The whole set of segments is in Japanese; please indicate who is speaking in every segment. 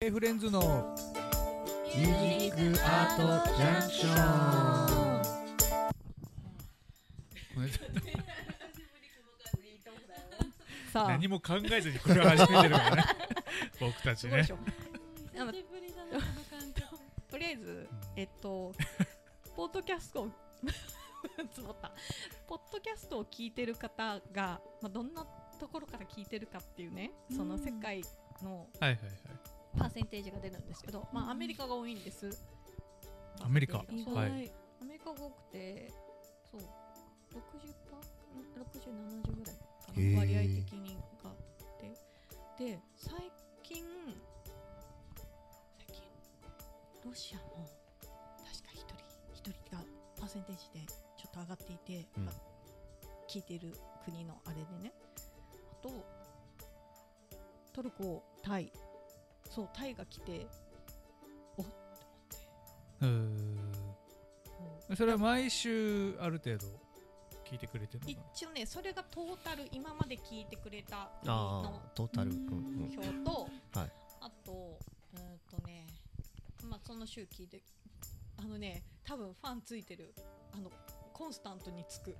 Speaker 1: Hey フレンズの
Speaker 2: ミュージックアートジャンクショ
Speaker 1: ごめんなさい
Speaker 2: さあ、
Speaker 1: 何も考えずにこれを始めてる からね僕たち
Speaker 2: すごいで
Speaker 1: ね
Speaker 2: しょ。なんか
Speaker 3: 久しぶりだなこの感じ
Speaker 2: とりあえず、えっ と、ポッドキャストを つぼった。ポッドキャストを聞いてる方が、まあ、どんなところから聞いてるかっていうね、その
Speaker 3: うん
Speaker 2: 世界の
Speaker 1: はいはいはい
Speaker 2: パーセンテージが出るんですけど、まあ、アメリカが多いんです。
Speaker 1: アメリカ
Speaker 3: 意
Speaker 2: そう
Speaker 1: は
Speaker 3: 外、アメリカが多くてそう60パー6070ぐらいか
Speaker 1: へー
Speaker 3: な割合的にがあってで
Speaker 2: 最近、最近、ロシアも、確か一人、一人がパーセンテージでちょっと上がっていて、
Speaker 4: うん
Speaker 2: まあ聞いてる国のあれでね。あと、トルコ、タイ。そう、タイが来て、おっって
Speaker 1: うーん
Speaker 2: 思って。
Speaker 1: それは毎週ある程度聞いてくれてるのか
Speaker 2: 一応ね、それがトータル、今まで聞いてくれた国の
Speaker 4: ああ、トータル。
Speaker 3: う
Speaker 4: うんんうん
Speaker 2: 表と、
Speaker 4: はい
Speaker 2: あとうーんとねまあその週聞いてあのね多分ファンついてるあのコンスタントにつく、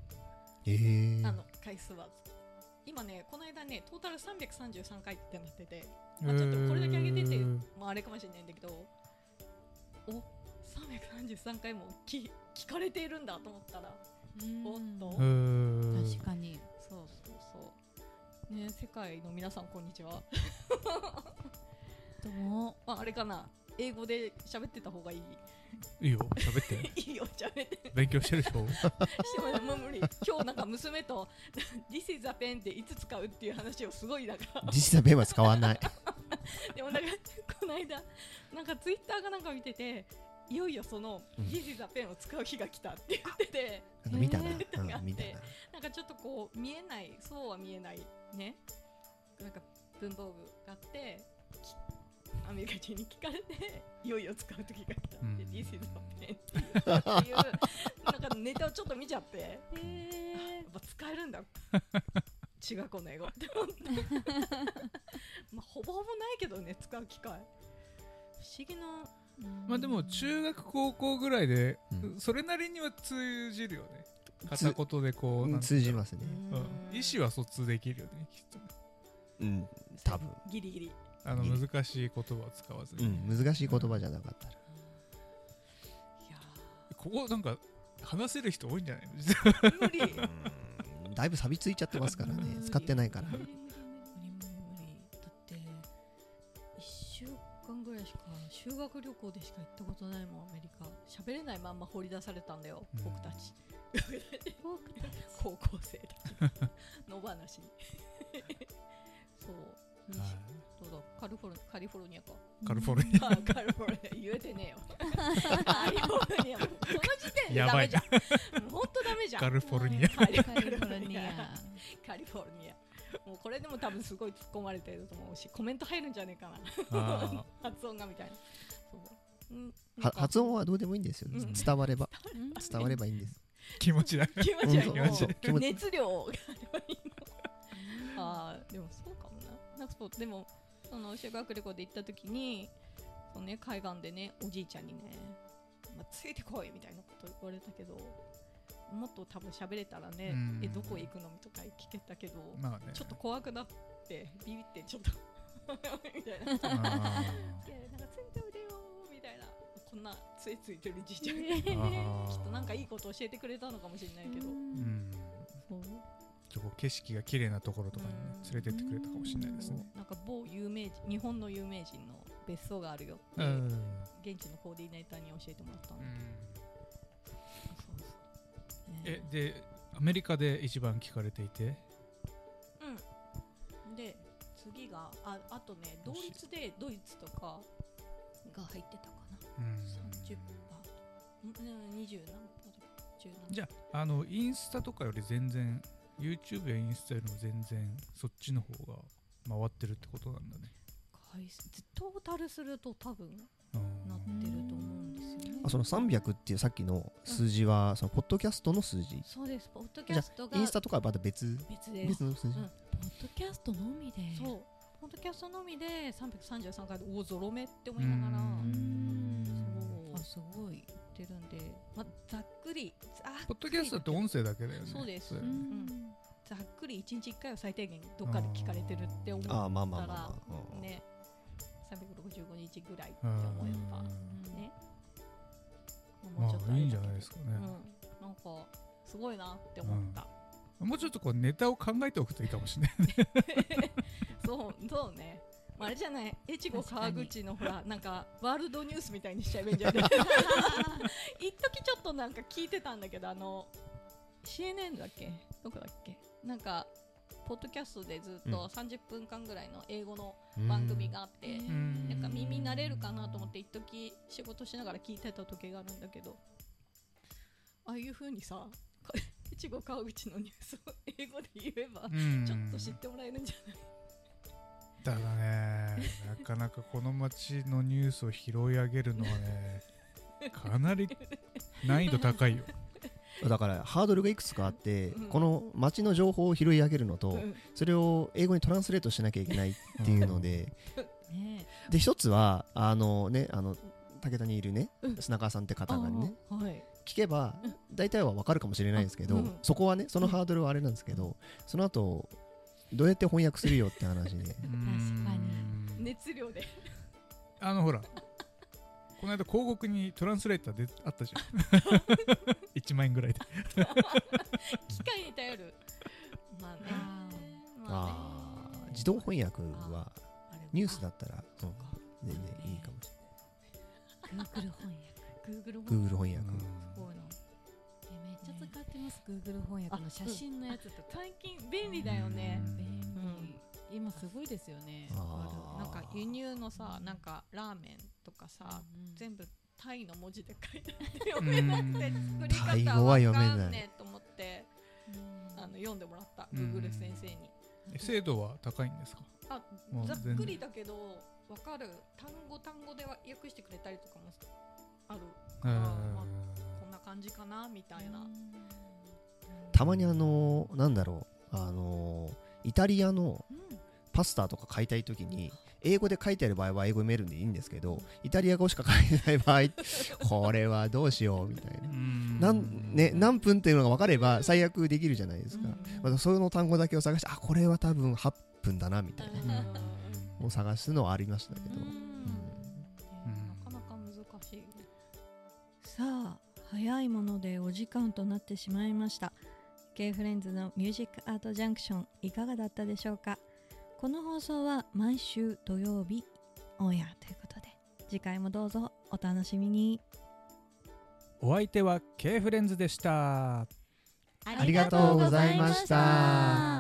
Speaker 4: ええ。
Speaker 2: あの回数は今ねこの間ねトータル333回ってなってて、
Speaker 1: な
Speaker 2: まあ、ちょっとこれだけ上げてて
Speaker 1: うーん
Speaker 2: まあ、あれかもしれないんだけどお333回も聞聞かれているんだと思ったらおっ
Speaker 1: う
Speaker 2: と
Speaker 1: ーん
Speaker 3: 確かに
Speaker 2: そうそうそうね世界の皆さんこんにちは
Speaker 3: どうも
Speaker 2: まあ、あれかな英語で喋ってた方がいい
Speaker 1: いいよ喋って
Speaker 2: いいよ喋って
Speaker 1: 勉強してるでし ょ
Speaker 2: してももう無理今日なんか娘と「This is a pen」でいつ使うっていう話をすごいなんか
Speaker 4: 実際ペンは使わない。
Speaker 2: でもなんかこの間なんかツイッターかなんか見てていよいよその「
Speaker 4: うん
Speaker 2: This is a pen」を使う日が来たって言ってて
Speaker 4: あの 見たな。
Speaker 3: え
Speaker 4: うん見たな。
Speaker 2: なんかちょっとこう見えないそうは見えないねなんか文房具があってきアメリカ人に聞かれていよいよ使う時が来たって
Speaker 1: うん
Speaker 2: 「This is a pen」っていうなんかネタをちょっと見ちゃって。や
Speaker 3: へ
Speaker 2: っぱ使える んだ中学校の英語って まあほぼほぼないけどね使う機会不思議な
Speaker 3: ー
Speaker 1: まあでも中学高校ぐらいで
Speaker 4: うん
Speaker 1: それなりには通じるよね片言でこう
Speaker 4: う
Speaker 1: なんん
Speaker 4: 通じますね。
Speaker 1: うん意思は疎通できるよねきっと
Speaker 4: うん、多分。
Speaker 2: ギリギリ
Speaker 1: あの
Speaker 4: いいね
Speaker 1: 難しい言葉を使わず
Speaker 4: う
Speaker 1: に、
Speaker 4: ん、難しい言葉じゃなかったら。
Speaker 2: いや
Speaker 1: ここなんか話せる人多いんじゃないの実は
Speaker 2: ー無理無理無理無
Speaker 4: うんだいぶ錆びついちゃってますからね。使ってないから。
Speaker 2: 理無理
Speaker 3: だって一週間ぐらいしか修学旅行でしか行ったことないもんアメリカ
Speaker 2: 喋れないまんま掘り出されたんだよ、
Speaker 1: うん
Speaker 2: 僕たち
Speaker 3: 僕たち
Speaker 2: 高校生たち の話にそうどうだカリフォルカリフォルニアか
Speaker 1: カルフォルニ
Speaker 2: あカリフォルニア言えてねえよ。カリフォルニア。その時点でダメじゃん。もう本当ダメじ
Speaker 1: ア
Speaker 2: ゃ
Speaker 1: カ
Speaker 2: ん。
Speaker 1: ルフォルニア
Speaker 3: カリフォルニア
Speaker 2: カリフォルニア。もうこれでも多分すごい突っ込まれてると思うし、コメント入るんじゃねえかな。
Speaker 1: あ
Speaker 2: 発音がみたいな。そううん
Speaker 4: は発音
Speaker 2: は
Speaker 4: はどうでもいいんですよ。
Speaker 2: うん
Speaker 4: 伝われば。
Speaker 3: うん
Speaker 4: 伝わればいいんです。
Speaker 1: ー気持ちだけ
Speaker 2: 気持ち悪い。
Speaker 4: うんそう
Speaker 2: もう
Speaker 4: 気持ち
Speaker 2: 熱量があればいいの あーでもそうかもな。なんかそうでもその修学旅行で行った時に、そのね海岸でねおじいちゃんにね、まあ、ついてこいみたいなこと言われたけど、もっと多分喋れたらね
Speaker 1: うん、
Speaker 2: えどこ行くのとか聞けたけど、
Speaker 1: まあね
Speaker 2: ちょっと怖くなってビビってちょっとみたいな。
Speaker 1: あ
Speaker 2: いやなんかついておいでよみたいな。こんな杖ついてるじいちゃんが。
Speaker 1: ー
Speaker 3: え
Speaker 1: あー
Speaker 2: きっとなんかいいこと教えてくれたのかもしれないけど。
Speaker 1: うん
Speaker 2: そう
Speaker 1: ちょっとこう景色が綺麗なところとかにね
Speaker 2: うん
Speaker 1: 連れてってくれたかもしれないですね
Speaker 2: なんか某有名人日本の有名人の別荘があるよっ
Speaker 1: う
Speaker 2: て、
Speaker 1: ん
Speaker 2: 現地のコーディネーターに教えてもらったんだそうそうね
Speaker 1: えでアメリカで一番聞かれていて
Speaker 2: うんで次がああとね同率でドイツとかが入ってたか
Speaker 1: う
Speaker 2: な
Speaker 1: ん
Speaker 2: 30%とんうん20何パーとか10何
Speaker 1: じゃああのインスタとかより全然 YouTube やインスタよりも全然そっちの方が回ってるってことなんだね
Speaker 2: 回数トータルすると多分
Speaker 1: うん
Speaker 2: なってると思うんですよね
Speaker 4: あ、その300っていうさっきの数字は、そのポッドキャストの数字。
Speaker 3: そうですポッドキャストが
Speaker 4: インスタとかはまた別。
Speaker 2: 別です
Speaker 4: 別の数字
Speaker 2: うん。
Speaker 3: ポッドキャストのみで
Speaker 2: そう。ポ
Speaker 3: ポッドキャストのみで333回で大ゾロ目って思いながら
Speaker 1: う
Speaker 2: そう
Speaker 3: あすごい、
Speaker 2: 言ってるんで
Speaker 3: まあ、ざっくりざっ
Speaker 1: ポッドキャストって音声だけだよね
Speaker 2: そうです
Speaker 1: だよ
Speaker 3: う
Speaker 1: ね
Speaker 3: んざっくり1日1回は最低限どっかで聞かれてるって思
Speaker 4: あ
Speaker 3: っ
Speaker 4: あまあま
Speaker 3: た
Speaker 4: あまあ
Speaker 3: ら
Speaker 4: まあ、うん
Speaker 3: ね365日ぐらいって
Speaker 1: うん
Speaker 3: 思えばね
Speaker 1: まあいいんじゃ
Speaker 3: だけ
Speaker 1: ない
Speaker 3: ど
Speaker 1: ですかね、
Speaker 3: うん、なんかすごいなって思った、
Speaker 1: もうちょっとこうネタを考えておくといいかもしれない
Speaker 2: そうそうねまああれじゃない越後
Speaker 3: 確か
Speaker 2: 川
Speaker 3: に
Speaker 2: 口のほらなんかワールドニュースみたいにしちゃえばいい んじゃない一時ちょっとなんか聞いてたんだけどあの CNN だっけどこだっけなんかポッドキャストでずっ
Speaker 4: うん
Speaker 2: と30分間ぐらいの英語の番組があって、
Speaker 1: ん
Speaker 2: なんか耳慣れるかなと思って一時仕事しながら聞いてた時があるんだけどああいう風にさ か越後川口のニュースを英語で言えば
Speaker 1: うん
Speaker 2: ちょっと知ってもらえるんじゃない
Speaker 1: ただねなかなかこの街のニュースを拾い上げるのは ねかなり難易度高いよ
Speaker 4: うんだからハードルがいくつかあって、
Speaker 2: うん
Speaker 4: この街の情報を拾い上げるのと、
Speaker 2: うん
Speaker 4: それを英語にトランスレートしなきゃいけないっていうので、
Speaker 3: ね
Speaker 4: で一つはあのねあの武田にいるね、
Speaker 2: うん
Speaker 4: 砂川さんって方がね
Speaker 3: あーはい
Speaker 4: 聞けば大体は分かるかもしれないんですけど、
Speaker 2: うん
Speaker 4: そこはねそのハードルはあれなんですけど、その後どうやって翻訳するよって話で
Speaker 1: うん
Speaker 3: かに
Speaker 2: 熱量で
Speaker 1: あのほらこの間広告にトランスレーターであったじゃ ん1万円ぐらいで
Speaker 2: 機械に頼る まあね
Speaker 3: あ
Speaker 2: ま あ
Speaker 4: あー
Speaker 2: ね
Speaker 4: 自動翻訳は
Speaker 2: あれ
Speaker 4: ニュースだったら、うん
Speaker 2: か
Speaker 4: 全然いいかもし
Speaker 3: ー Google 翻訳
Speaker 2: Google
Speaker 4: れ
Speaker 2: 翻
Speaker 1: う
Speaker 4: ない Google 翻訳、
Speaker 1: ん
Speaker 2: こういうの
Speaker 3: えめっちゃ使ってます Google 翻訳の写真のやつとか
Speaker 2: 最近便利だよね
Speaker 1: うん
Speaker 3: 便利今すごいですよね
Speaker 4: あー
Speaker 2: なんか輸入のさなんかラーメンとかさ
Speaker 3: うん
Speaker 2: 全部タイの文字で書いてあって読めなくて
Speaker 1: うん
Speaker 2: 作り方
Speaker 4: タイ
Speaker 2: わ
Speaker 4: 語
Speaker 2: か
Speaker 4: は
Speaker 2: ん
Speaker 4: 読めない
Speaker 2: ねえと思って
Speaker 3: うん
Speaker 2: あの読んでもらった
Speaker 1: うん
Speaker 2: Google 先生に
Speaker 1: え精度は高いんですか
Speaker 2: あ
Speaker 1: もう
Speaker 2: ざっ
Speaker 1: 全
Speaker 2: く
Speaker 1: 然
Speaker 2: りだけどわかる単語単語では訳してくれたりとかもある
Speaker 1: うん
Speaker 2: まあこんな感じかなみたいな
Speaker 4: たまにあのなんだろうあのイタリアのパスタとか買いたい時に英語で書いてある場合は英語メールでいいんですけどイタリア語しか書いてない場 合これはどうしようみたいな
Speaker 1: うん
Speaker 4: なん、ね、何分っていうのが分かれば最悪できるじゃないですか、ま
Speaker 3: だ
Speaker 4: たその単語だけを探してあこれは多分8分だなみたいな
Speaker 1: うん
Speaker 4: のを探すのはありましたけど、
Speaker 2: う
Speaker 1: う
Speaker 2: ん
Speaker 1: ん
Speaker 2: なかなか難しい
Speaker 3: さあ早いものでお時間となってしまいました K フレンズのミュージックアートジャンクションいかがだったでしょうかこの放送は毎週土曜日オンエアということで次回もどうぞお楽しみに
Speaker 1: お相手は K フレンズでした
Speaker 4: ありがとうございました